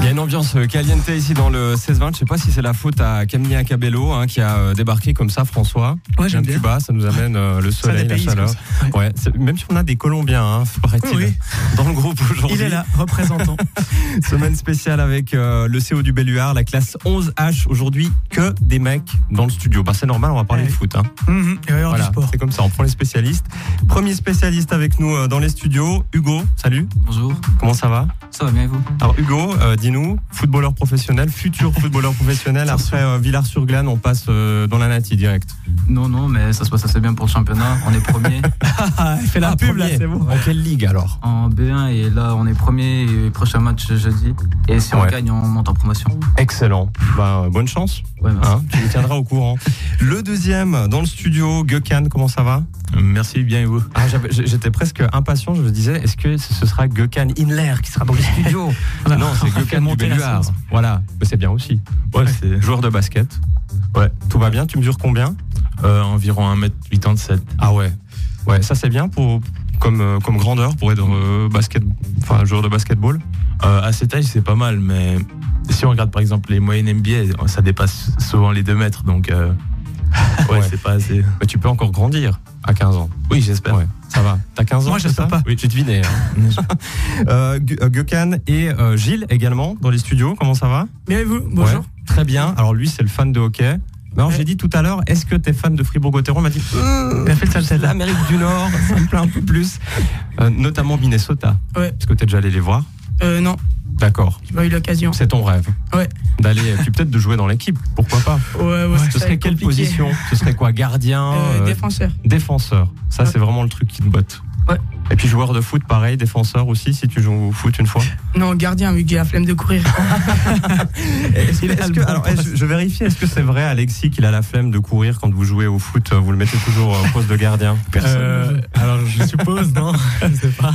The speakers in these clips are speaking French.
Il y a une ambiance euh, caliente ici dans le 16-20. Je sais pas si c'est la faute à Camilla Cabello hein, qui a euh, débarqué comme ça, François. Ouais, j'aime Vient de bien. Cuba, ça nous amène euh, le soleil, la dépayse, chaleur. comme ça. Ouais, c'est- même si on a des Colombiens, hein, paraît-il, Oui, dans le groupe aujourd'hui. Il est là, représentant. Semaine spéciale avec euh, le CO du Belluard, la classe 11H. Aujourd'hui, que des mecs dans le studio. Bah, c'est normal, on va parler Ouais. de foot. Hein. Mhm, Et heure Voilà, du sport. c'est comme ça, on prend les spécialistes. Premier spécialiste avec nous euh, dans les studios, Hugo. Salut, Bonjour, comment ça va ça va bien et vous Alors Hugo, euh, dis-nous, footballeur professionnel, futur footballeur professionnel, après euh, Villars-sur-Glane, on passe euh, dans la Nati direct. Non, non, mais ça se passe assez bien pour le championnat. On est premier Ah, il fait la Ah, pub premier. là, c'est bon. En quelle ligue alors en B1 et là on est premier et prochain match jeudi. Et si on Ouais. gagne, on monte en promotion. Excellent. Bah, euh, bonne chance, Ouais, merci. hein, tu nous tiendras au courant. Le deuxième, dans le studio, Gökhan, comment ça va Merci bien et vous Ah, j'avais- j'- J'étais presque impatient, je me disais, est-ce que ce sera Gökhan Inler qui sera dans le studio Ah, Non, c'est fait Gökhan monter la Belluard. sauce. Voilà, mais c'est bien aussi. Ouais, c'est Joueur de basket. Ouais. Tout va bien, tu mesures combien euh, environ 1m87. Ah ouais. Ouais, ça c'est bien pour comme, euh, comme grandeur pour être euh, basket, enfin, joueur de basketball. Euh, à cet âge, c'est pas mal, mais si on regarde par exemple les moyennes NBA, ça dépasse souvent les 2 mètres, donc euh, ouais, Ouais. c'est pas assez. Mais tu peux encore grandir à 15 ans. Oui, j'espère. Ouais, ça va. T'as 15 ans Moi, c'est j'espère ça pas. Oui, j'ai deviné. hein. euh, Gu- euh, Gökhan et euh, Gilles également dans les studios. Comment ça va Bien et vous Bonjour. Ouais, Très bien. Alors lui, c'est le fan de hockey. Mais alors, Ouais. j'ai dit tout à l'heure, est-ce que t'es fan de Fribourg-Gotteron On m'a dit, Il a fait le sale Euh, c'est tête, là. l'Amérique du Nord, ça me plaît un peu plus. Euh, notamment Minnesota. Ouais. Parce que t'es déjà allé les voir. Euh, non, D'accord. j'ai pas eu l'occasion. C'est ton rêve. Ouais. D'aller, et puis peut-être de jouer dans l'équipe. Pourquoi pas Ouais, ouais, ça Ce va serait être quelle compliqué. position Ce serait quoi Gardien Euh, euh, Défenseur. Défenseur. Ça, c'est vraiment le truc qui te botte. Ouais. Et puis joueur de foot, pareil, défenseur aussi, si tu joues au foot une fois. Non, gardien, vu que j'ai la flemme de courir. Est-ce Il a le que, bon alors, je, je vérifie, est-ce que c'est vrai, Alexis, qu'il a la flemme de courir quand vous jouez au foot euh, Vous le mettez toujours euh, au poste de gardien Euh, alors je suppose, non Je sais pas.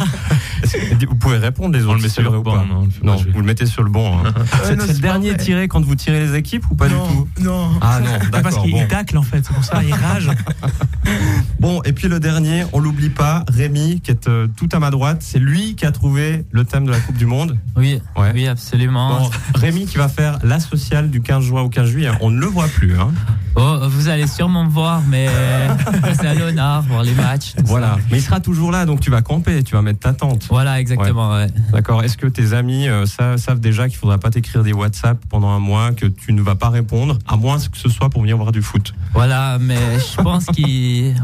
Est-ce que- Vous pouvez répondre, les autres, On le met si c'est sur vrai le ou banc, pas non, on le fait pas Non, jouer. vous le mettez sur le banc. hein. Euh, c'est non, c'est le c'est pas dernier vrai. tiré quand vous tirez les équipes ou pas du tout non, non. Ah non, Parce d'accord. qu'il Bon. tacle en fait, c'est pour ça, il rage. Bon, et puis le dernier, on l'oublie pas, Rémi, qui est euh, tout à ma droite, c'est lui qui a trouvé le thème de la Coupe du Monde. Oui, Ouais. oui, absolument. Bon, Rémi qui va faire la sociale du 15 juin au 15 juillet, on ne le voit plus. Hein. Oh, vous allez sûrement me voir, mais c'est un honneur voir les matchs. tout Voilà. ça. Mais il sera toujours là, donc tu vas camper, tu vas mettre ta tente. Voilà, exactement. ouais. D'accord. Est-ce que tes amis euh, sa- savent déjà qu'il faudra pas t'écrire des WhatsApp pendant un mois, que tu ne vas pas répondre, à moins que ce soit pour venir voir du foot Voilà, mais je pense qu'ils.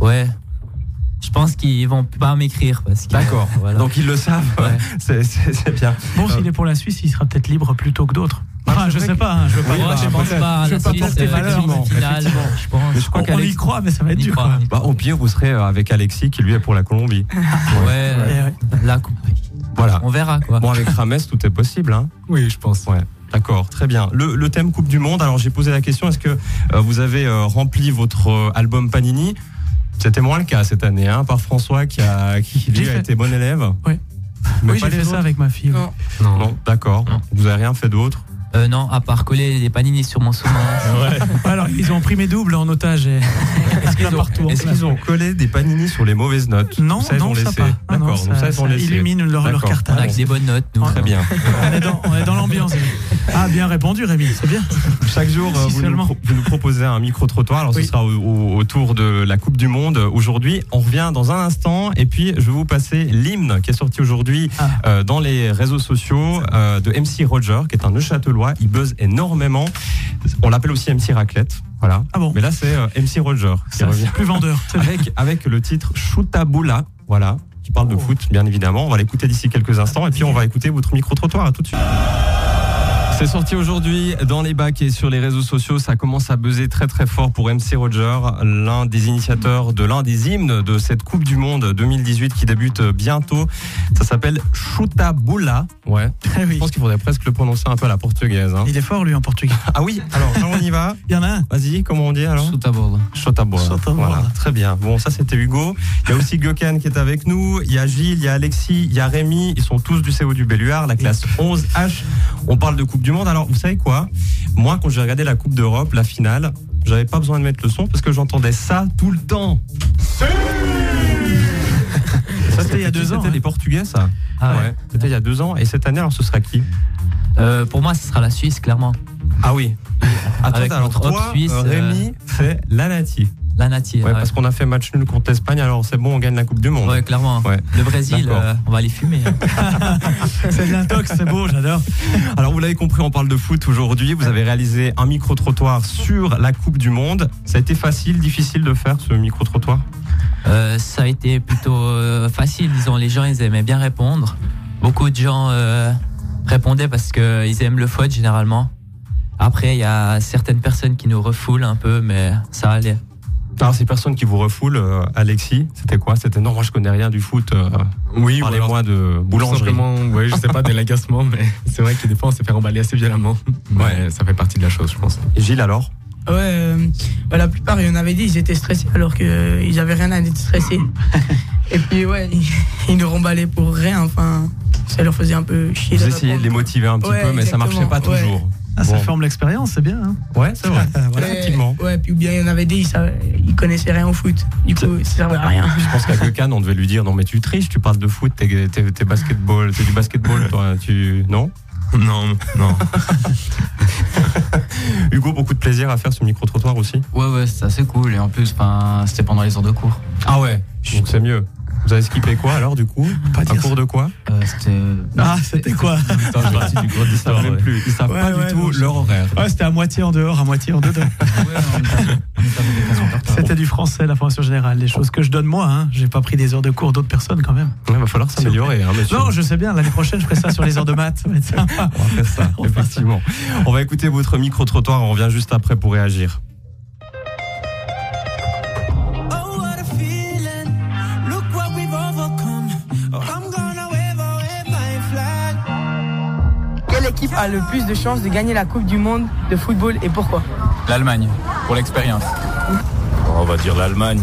Ouais. Je pense qu'ils vont pas m'écrire parce que. D'accord. Voilà. Donc ils le savent. Ouais. C'est- C'est c'est bien. Euh, Bon, s'il est pour la Suisse, il sera peut-être libre plus tôt que d'autres. Ah, Ah, c'est je vrai sais que- pas, hein, je veux pas. Oui, dire. Moi, bah, je pense peut-être. pas à Je la veux pas Suisse, porter euh, malheur, qualifiée mais finale, je pense. Mais je crois on, on y qu'Alex. croit, mais ça va On être y dur. hein. croit. quand même. Bah, au pire, vous serez euh, avec Alexis qui lui est pour la Colombie. Ouais, Ouais, ouais. la coupe. Voilà. On verra quoi. Bon, avec Rames, tout est possible. Hein. Oui, je pense. Ouais. D'accord, très bien. Le, le thème Coupe du Monde, alors j'ai posé la question, est-ce que euh, vous avez euh, rempli votre euh, album Panini C'était moins le cas cette année, hein, par François qui, a, qui lui J'ai a fait. été bon élève. Ouais. Mais Oui, pas j'ai les fait ça autres. avec ma fille. ouais. Non. Ah, Non, d'accord. Non. Vous avez rien fait d'autre Euh, non, à part coller les panini sur mon souvenir. Alors, ils ont pris mes doubles en otage. et- Est-ce qu'ils partout Est-ce qu'ils ont collé des Panini sur les mauvaises notes bah, Non, ça, ils non, ont ça laissé. pas. Ah non, D'accord, donc ça, ils ont laissé. illumine leur, leur D'accord. On a cartable. que des bonnes notes, nous. Très bien. On est dans, on est dans l'ambiance. Ah, bien répondu, Rémi, c'est bien. Chaque jour, Si euh, vous, nous seulement. pro- vous nous proposez un micro-trottoir. Alors, Oui. ce sera au, au- autour de la Coupe du Monde euh, aujourd'hui. On revient dans un instant. Et puis, je vais vous passer l'hymne qui est sorti aujourd'hui Ah. euh, dans les réseaux sociaux euh, de MC Roger, qui est un Neuchâtelois. Il buzz énormément. On l'appelle aussi MC Raclette. Voilà. Ah bon Mais là, c'est euh, MC Roger qui Ça, revient C'est plus vendeur. c'est bien. avec, avec le titre Shootaboula. Voilà. Qui parle de Oh. foot, bien évidemment. On va l'écouter d'ici quelques instants. Et puis, on va écouter votre micro-trottoir. À tout de suite. C'est sorti aujourd'hui dans les bacs et sur les réseaux sociaux. Ça commence à buzzer très très fort pour MC Roger, l'un des initiateurs de l'un des hymnes de cette Coupe du Monde 2018 qui débute bientôt. Ça s'appelle Shootaboula. Ouais. Eh Je oui. pense qu'il faudrait presque le prononcer un peu à la portugaise. hein. Il est fort, lui, en portugais. Ah oui, alors on y va. Il y en a un. Vas-y, comment on dit alors euh, Sous ta boule. Chotabois. Chotabois. hein. Voilà, très bien. Bon, ça c'était Hugo. Il y a aussi Gökhan qui est avec nous. Il y a Gilles, il y a Alexis, il y a Rémi. Ils sont tous du CO du Belluard, la classe 11H. On parle de Coupe du Monde. Alors, vous savez quoi Moi, quand j'ai regardé la Coupe d'Europe, la finale, j'avais pas besoin de mettre le son parce que j'entendais ça tout le temps. Ça, C'était il y a qui, deux ans, C'était hein. les Portugais, ça. Ah ouais. C'était il y a deux ans. Et cette année, alors, ce sera qui Euh, pour moi, ce sera la Suisse, clairement. Ah oui. Attends, Avec alors notre toi, hop suisse, euh, Rémi fait la natif. La Nati. Ouais, ouais. parce qu'on a fait match nul contre l'Espagne, alors c'est bon, on gagne la Coupe du Monde. Ouais, clairement. Ouais. Le Brésil, D'accord. euh, on va les fumer. hein. C'est de l'intox, c'est beau, j'adore. Alors vous l'avez compris, on parle de foot aujourd'hui. Vous avez réalisé un micro-trottoir sur la Coupe du Monde. Ça a été facile, difficile de faire ce micro-trottoir Euh, ça a été plutôt euh, facile, disons. Les gens, ils aimaient bien répondre. Beaucoup de gens euh, répondaient parce qu'ils aiment le foot généralement. Après, il y a certaines personnes qui nous refoulent un peu, mais ça allait. Alors ces personnes qui vous refoulent, euh, Alexis, c'était quoi C'était non, moi je connais rien du foot. euh, Oui, ou alors, Parlez-moi de tout boulangerie. simplement, ouais, je sais pas, des lagacements, mais c'est vrai que des fois, on s'est fait remballer assez violemment. Ouais, ça fait partie de la chose, je pense. Et Gilles alors Ouais, euh, bah, la plupart, il y en avait dit, ils étaient stressés alors qu'ils avaient rien à être stressés. Et puis, ouais, ils, ils nous remballaient pour rien. Enfin, ça leur faisait un peu chier. Vous de essayez de les répondre. motiver un petit Ouais, peu, mais ça marchait pas exactement, ouais. toujours. Ah, ça Bon. forme l'expérience, c'est bien. hein. Ouais, c'est vrai. Mais, Effectivement. Ouais, puis ou bien il y en avait dit, ils, savaient- ils connaissaient rien au foot. Du coup, ça servait à rien. Je pense qu'à Cannes, on devait lui dire non mais tu triches, tu parles de foot, t'es t'es- t'es basketball, t'es du basketball, toi, tu non Non, non. Hugo, beaucoup de plaisir à faire ce micro trottoir aussi. Ouais, ouais, c'est assez cool. Et en plus, ben, c'était pendant les heures de cours. Ah ouais, donc c'est mieux. Vous avez skippé quoi alors du coup Pas Un dire cours de quoi Euh, c'était. Ah, c'était quoi Putain, je parti du cours d'histoire. Ils savent même plus, ils savent Ouais, pas ouais, du tout non, leur horaire. Ah, C'était à moitié en dehors, à moitié en dedans. Ah ouais, on était à- on était à peu près 15 heures de retard. C'était du français, la formation générale. Les choses que je donne moi, hein. j'ai pas pris des heures de cours d'autres personnes quand même. Il va falloir s'améliorer, hein, monsieur. Non, je sais bien, l'année prochaine, je ferai ça sur les heures de maths. Ça va être sympa. On va faire ça, On va faire ça. effectivement. On va écouter votre micro-trottoir, on revient juste après pour réagir. Oh, what a feeling. Look what we've overcome. Oh, I'm gonna wave, oh, wave my flag. Quelle équipe a le plus de chances de gagner la Coupe du Monde de football et pourquoi L'Allemagne, pour l'expérience. On va dire l'Allemagne.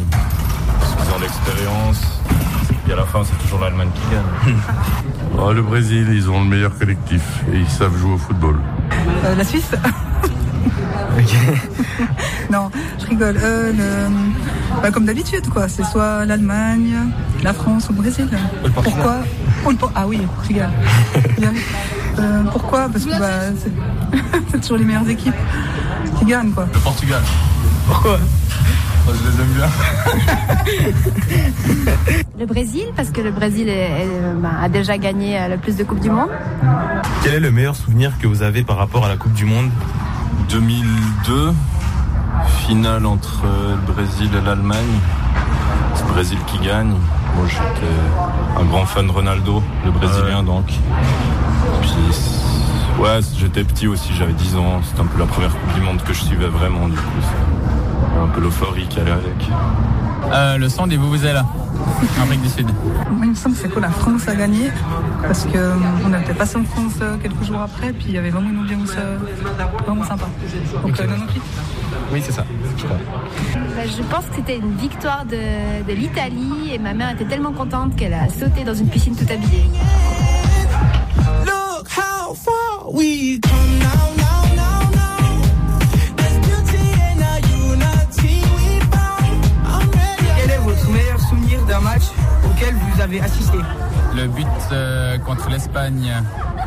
Ils ont l'expérience. Et à la fin, c'est toujours l'Allemagne qui gagne. Ah, le Brésil, ils ont le meilleur collectif et ils savent jouer au football. Euh, la Suisse Non, je rigole. Euh, le- bah, comme d'habitude, quoi. C'est soit l'Allemagne, la France ou le Brésil. Pourquoi Ou le Por- Ah oui, le Portugal. Bien. Euh, pourquoi Parce que bah, c'est- c'est toujours les meilleures équipes qui gagnent, quoi. Le Portugal. Le Brésil, parce que le Brésil est- est- bah, a déjà gagné euh, le plus de Coupes du Monde. Quel est le meilleur souvenir que vous avez par rapport à la Coupe du Monde 2002, finale entre euh, le Brésil et l'Allemagne. C'est le Brésil qui gagne. Moi, j'étais un grand fan de Ronaldo, le Brésilien donc. Puis, c'est- ouais, j'étais petit aussi, j'avais 10 ans. C'était un peu la première Coupe du Monde que je suivais vraiment, du coup. c'est Un peu l'euphorie qui allait avec. Euh, le son des Vuvuzela. En Amérique du Sud. Moi, il me semble que c'est quoi la France a gagné Parce que euh, on était passé en France euh, quelques jours après, puis il y avait vraiment une ambiance euh, vraiment sympa. Donc, euh, non, non, quitte. Oui, c'est ça. Bah, je pense que c'était une victoire de, de l'Italie et ma mère était tellement contente qu'elle a sauté dans une piscine tout habillée. Look how far we come now, now, now, now. There's beauty in our unity we found. I'm ready. Quel est votre meilleur souvenir d'un match auquel vous avez assisté Le but euh, contre l'Espagne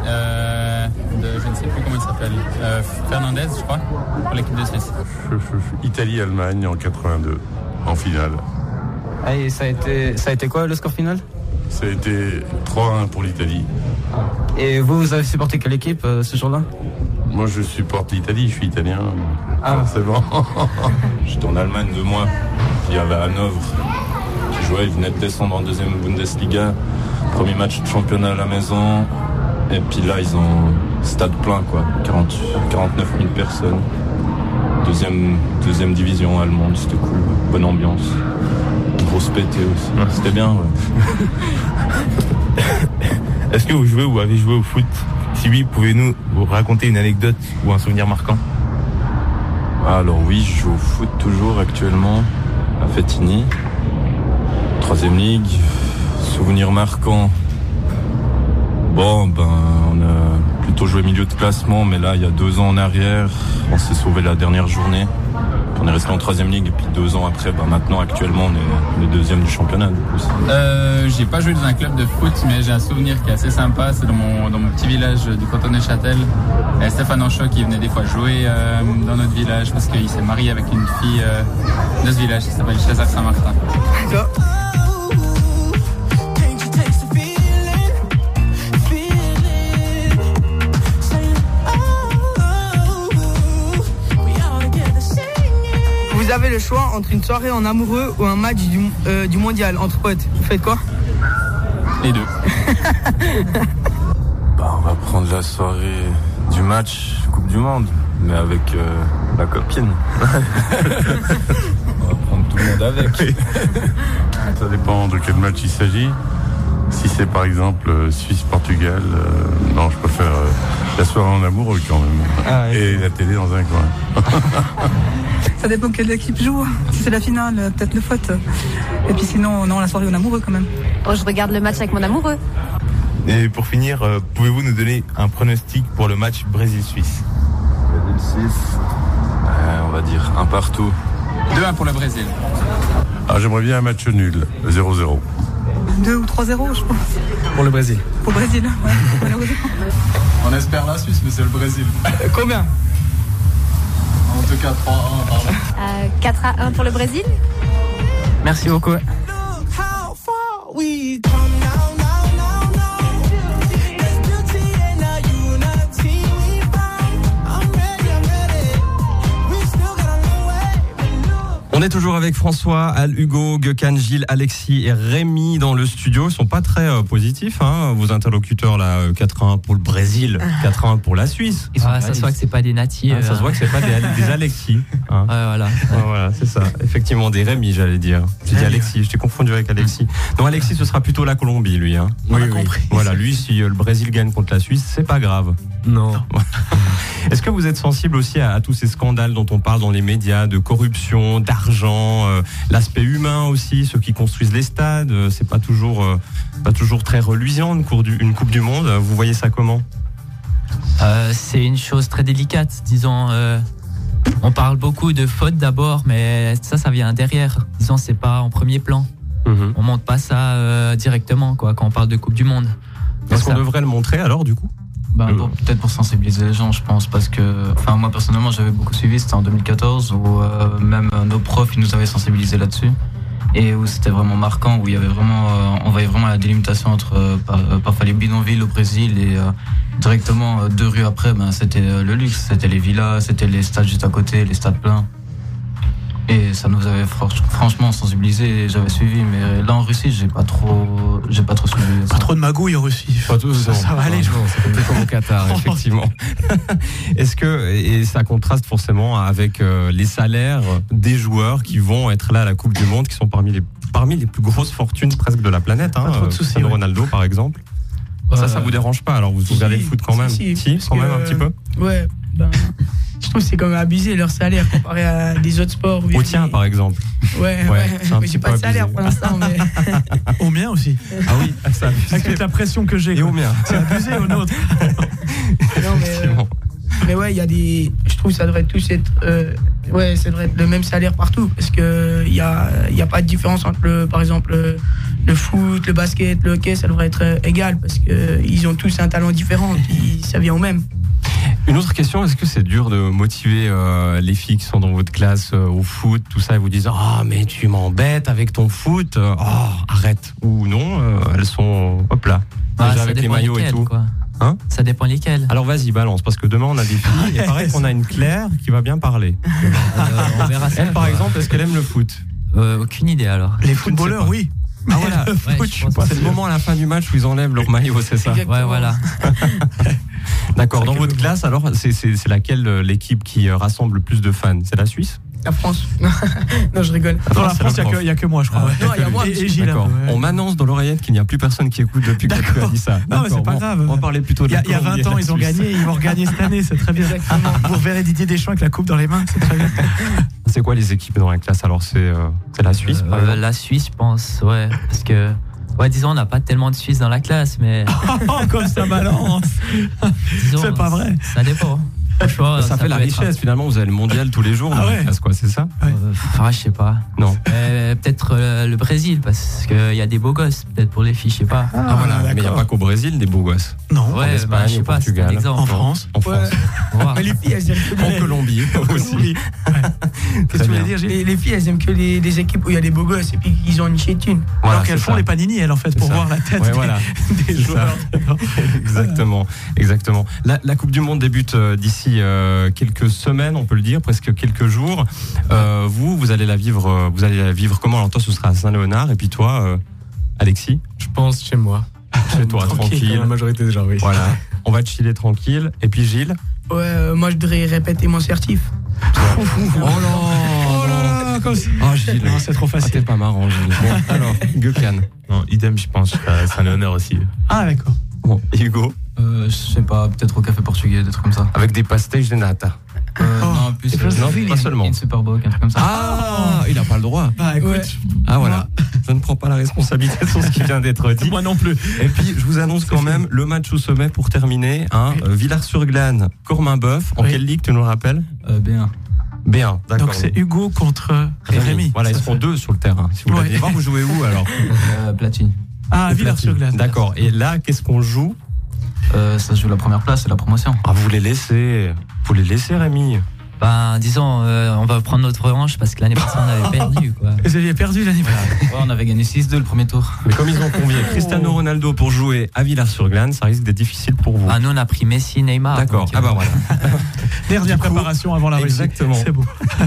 euh, de je ne sais plus comment il s'appelle. Euh, Fernandez, je crois, pour l'équipe de Suisse. Italie-Allemagne en 82, en finale. et ça a, été, ça a été quoi le score final Ça a été 3-1 pour l'Italie. Et vous, vous avez supporté quelle équipe euh, ce jour-là Moi, je supporte l'Italie, je suis italien. Ah. Forcément. J'étais en Allemagne deux mois. Il y avait Hanovre qui jouait. Ils venaient de descendre en deuxième Bundesliga. Premier match de championnat à la maison. Et puis là, ils ont stade plein, quoi. 40 49 000 personnes. Deuxième, deuxième division allemande, c'était cool. Bonne ambiance. Grosse pété aussi. C'était bien, ouais. Est-ce que vous jouez ou avez joué au foot Si oui, pouvez-nous vous raconter une anecdote ou un souvenir marquant Ah, Alors oui, je joue au foot toujours actuellement à Fetigny. Troisième ligue. Souvenir marquant. Bon, ben, on a plutôt joué milieu de classement, mais là, il y a deux ans en arrière, on s'est sauvé la dernière journée. On est resté en troisième ligue et puis deux ans après, ben maintenant actuellement on est, on est deuxième du championnat. du coup. Euh, j'ai pas joué dans un club de foot, mais j'ai un souvenir qui est assez sympa. C'est dans mon, dans mon petit village du canton de Châtel. Et Stéphane Anchot qui venait des fois jouer euh, dans notre village parce qu'il s'est marié avec une fille euh, de ce village qui s'appelle César Saint-Martin. Oh, Can't you taste the feeling? Feeling. Saying, oh, we all together singing. Vous avez le choix entre une soirée en amoureux ou un match du, euh, du mondial entre potes. Vous faites quoi Les deux. Bah, on va prendre la soirée du match Coupe du Monde, mais avec euh, la copine. on va prendre tout le monde avec. Ça dépend de quel match il s'agit. Si c'est par exemple euh, Suisse-Portugal, euh, non, je préfère euh, la soirée en amoureux quand même. Et la télé dans un coin. Ça dépend quelle équipe joue. Si c'est la finale, euh, peut-être le faute. Et puis sinon, non, la soirée en amoureux quand même. Oh, je regarde le match avec mon amoureux. Et pour finir, euh, pouvez-vous nous donner un pronostic pour le match Brésil-Suisse Ouais, on va dire un partout. 2-1 pour le Brésil. Alors j'aimerais bien un match nul, 0-0. 2 ou 3-0, je pense. Pour le Brésil. Pour le Brésil. ouais, malheureusement. On espère la Suisse, mais c'est le Brésil. Combien En tout cas, 3-1, pardon. Euh, 4 à 1 pour le Brésil. Merci beaucoup. How far we come now, now, now, now. There's beauty in our unity we found. I'm ready, I'm ready. We still got a long way. On est toujours avec François, Al Hugo, Gökhan, Gilles, Alexis et Rémi dans le studio. Ils sont pas très euh, positifs, hein, vos interlocuteurs là. euh, 4-1 pour le Brésil, 4-1 pour la Suisse. Ils sont Ah, ça se voit que réalistes. c'est pas des natifs. euh. Ah, ça se voit que c'est pas des, des Alexis. hein. voilà. Ah, voilà, c'est ça. Effectivement, des Rémi, j'allais dire. J'ai dit Alexis, je t'ai confondu avec Alexis. Non, Alexis, ce sera plutôt la Colombie, lui. Hein. Mm. On a compris. Voilà, lui, si euh, le Brésil gagne contre la Suisse, c'est pas grave. Non. Est-ce que vous êtes sensible aussi à, à tous ces scandales dont on parle dans les médias, de corruption, d'argent, euh, l'aspect humain aussi, ceux qui construisent les stades, euh, c'est pas toujours euh, pas toujours très reluisant une, cour du- une coupe du monde. euh, Vous voyez ça comment Euh, c'est une chose très délicate, disons. euh, on parle beaucoup de fautes d'abord, mais ça, ça vient derrière. Disons, c'est pas en premier plan. Mhm. On monte pas ça euh, directement, quoi, quand on parle de Coupe du Monde. Est-ce qu'on ça- devrait le montrer alors du coup Euh. Ben, pour- peut-être pour sensibiliser les gens, je pense, parce que, enfin, moi personnellement, j'avais beaucoup suivi, c'était en 2014, où euh, même euh, nos profs, ils nous avaient sensibilisés là-dessus, et où c'était vraiment marquant, où il y avait vraiment, euh, on voyait vraiment la délimitation entre, euh, par- euh, parfois les bidonvilles au Brésil, et euh, directement euh, deux rues après, ben, c'était euh, le luxe, c'était les villas, c'était les stades juste à côté, les stades pleins. Et ça nous avait franch- franchement sensibilisés, et j'avais suivi, mais là en Russie, j'ai pas trop, j'ai pas trop suivi. ça. Pas trop de magouille en Russie. ça, ça va aller. je Oh, pense. c'est plus comme au Qatar, effectivement. Est-ce que et ça contraste forcément avec euh, les salaires des joueurs qui vont être là à la Coupe du Monde, qui sont parmi les parmi les plus grosses fortunes presque de la planète. Hein, Pas trop de euh, soucis, Cristiano ouais. Bah, Ronaldo par exemple. Ouais. Ça, ça vous dérange pas Alors vous regardez le foot quand même, si, quand même un que- petit euh, peu. Ouais, ben, je trouve que c'est quand même abusé leur salaire comparé à des autres sports. où il y a Au tien par exemple. des- Ouais, Ouais, ouais. c'est un mais petit j'ai peu pas de salaire abusé. pour l'instant, mais. Au mien aussi. Ah oui, ça. Avec toute la pression que j'ai. Et au mien. C'est abusé au nôtre. Non, mais, euh, mais ouais, il y a des. Je trouve que ça devrait tous être. euh, ouais, ça devrait être le même salaire partout. Parce qu'il n'y a, il y a pas de différence entre, le, par exemple, le, le foot, le basket, le hockey, ça devrait être euh, égal. Parce qu'ils ont tous un talent différent. Puis ça vient au même. Une autre question, est-ce que c'est dur de motiver euh, les filles qui sont dans votre classe euh, au foot, tout ça, et vous disent Ah, mais tu m'embêtes avec ton foot, Euh, oh, arrête Ou non, euh, elles sont, hop là, Ah, déjà ça avec les dépend maillots et lesquels, tout. quoi. Hein ça dépend lesquels. Alors vas-y, balance, parce que demain on a des filles, et paraît qu'on a une Claire qui va bien parler. Euh, on verra ça. Elle, par exemple, est-ce qu'elle aime le foot Euh, aucune idée alors. Les Je footballeurs, oui. Ah, voilà. Le Ouais, foot, je je suis pense pas C'est le sûr. moment à la fin du match où ils enlèvent leur maillot, c'est ça Exactement. Ouais, voilà. D'accord, dans votre classe, alors, c'est- c'est c'est laquelle euh, l'équipe qui euh, rassemble le plus de fans C'est la Suisse La France. non, je rigole. Dans la C'est France, la Ah il n'y a que moi, je crois. ouais. Non, il y a moi. Et, et Gilles. un D'accord. peu, ouais. On m'annonce dans l'oreillette qu'il n'y a plus personne qui écoute depuis que tu as dit ça. Non, mais c'est D'accord, pas bon, grave. On parlait plutôt de Il y, a- la il y a Colombie 20 et ans, la ils ont Suisse. gagné, ils vont regagner cette année, c'est très bien. Exactement. Vous reverrez Didier Deschamps avec la coupe dans les mains, c'est très bien. C'est quoi les équipes dans la classe Alors, c'est euh, c'est la Suisse, par Euh, exemple la Suisse, je pense, ouais. Parce que, ouais, disons, on n'a pas tellement de Suisses dans Ah, la classe, mais Oh, comme oh, ça balance disons. C'est pas vrai. Ça dépend. hein. Franchement, ça, fait la peut être richesse finalement. Vous avez le mondial tous les jours. dans la classe, quoi, c'est ça Euh, ah, je sais pas. Ah Non. Euh, peut-être euh, le Brésil, parce qu'il y a des beaux gosses, peut-être pour les filles, je sais pas. Ah, voilà. Mais il n'y a pas qu'au Brésil des beaux gosses. Non. en Ouais, Espagne, bah, je sais au pas, c'est un Portugal, exemple. En France. En France. Mais les filles, elles aiment que Ah. En Colombie aussi. Qu'est-ce que tu voulais dire les, les filles, elles aiment que les, les équipes où il y a des beaux gosses et puis ils ont une chétune. Voilà, Alors qu'elles c'est font ça. les panini, elles, en fait, pour ça. voir la tête. Ouais, des- voilà. des C'est ça. exactement, exactement. La, la Coupe du Monde débute euh, d'ici euh, quelques semaines, on peut le dire, presque quelques jours. Euh, vous, vous allez la vivre, euh, vous allez la vivre comment Alors toi, ce sera à Saint-Léonard, et puis toi, euh, Alexis Je pense chez moi, chez toi, Tranquille, tranquille. comme la majorité des gens, oui. Voilà, on va chiller tranquille. Et puis Gilles. Ouais, euh, moi, je devrais répéter mon certif. oh là Ah, Gilles, c'est trop facile. T'es pas marrant, Gilles. Bon, alors, Gukan. Non, idem, je pense. euh, C'est un honneur aussi. Ah, d'accord. Bon, Hugo euh, Je sais pas, peut-être au café portugais, des trucs comme ça. Avec des pastéis de nata. Euh, non, Eh plus, ben, plus euh, feeling. pas seulement. Une super bowl, un truc comme ça. Ah, il n'a pas le droit. Bah écoute. Ah voilà, je ne prends pas la responsabilité sur ce qui vient d'être dit. Moi non plus. Et puis je vous annonce quand même le match au sommet pour terminer. Hein, Euh, Villars-sur-Glane, Cormain-Boeuf. En quelle ligue tu nous le rappelles B1. B1, d'accord. Donc c'est Hugo contre Rémi. Rémi. Voilà, ils seront deux sur le terrain. Si vous Ouais. voulez voir, vous jouez où alors Platine. Ah, Le Villars-sur-Glane. Platine. D'accord. Et là, qu'est-ce qu'on joue Euh, Ça se joue la première place et la promotion. Ah, vous les laissez. Vous les laissez, Rémi. Ben, disons, euh, on va prendre notre revanche parce que l'année passée, on avait perdu. Quoi. Vous aviez perdu l'année Ouais, on avait gagné 6-2 le premier tour. Mais comme ils ont convié Cristiano Ronaldo pour jouer à Villars-sur-Glane, ça risque d'être difficile pour vous. Ah, nous, on a pris Messi, Neymar. D'accord. donc, euh, Ah bah voilà. Dernière préparation avant la Russie. Exactement. C'est beau. Bah,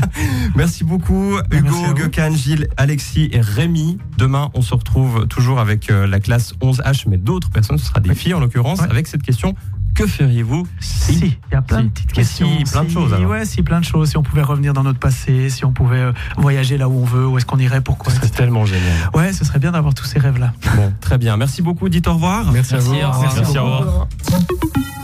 Merci beaucoup Hugo, Gökhan, Gilles, Alexis et Rémi. Demain, on se retrouve toujours avec euh, la classe 11H, mais d'autres personnes, ce sera des filles en l'occurrence, avec cette question. Que feriez-vous si... Si, il y a plein de petites questions. Si, plein de choses, alors. Ouais, si, plein de choses. Si on pouvait revenir dans notre passé, si on pouvait euh, voyager là où on veut, où est-ce qu'on irait, pourquoi. C'est tellement génial. Ouais, ce serait bien d'avoir tous ces rêves-là. Bon, très bien. Merci beaucoup. Dites au revoir. Merci à Merci, vous. au revoir. Merci, au revoir. Merci, au revoir.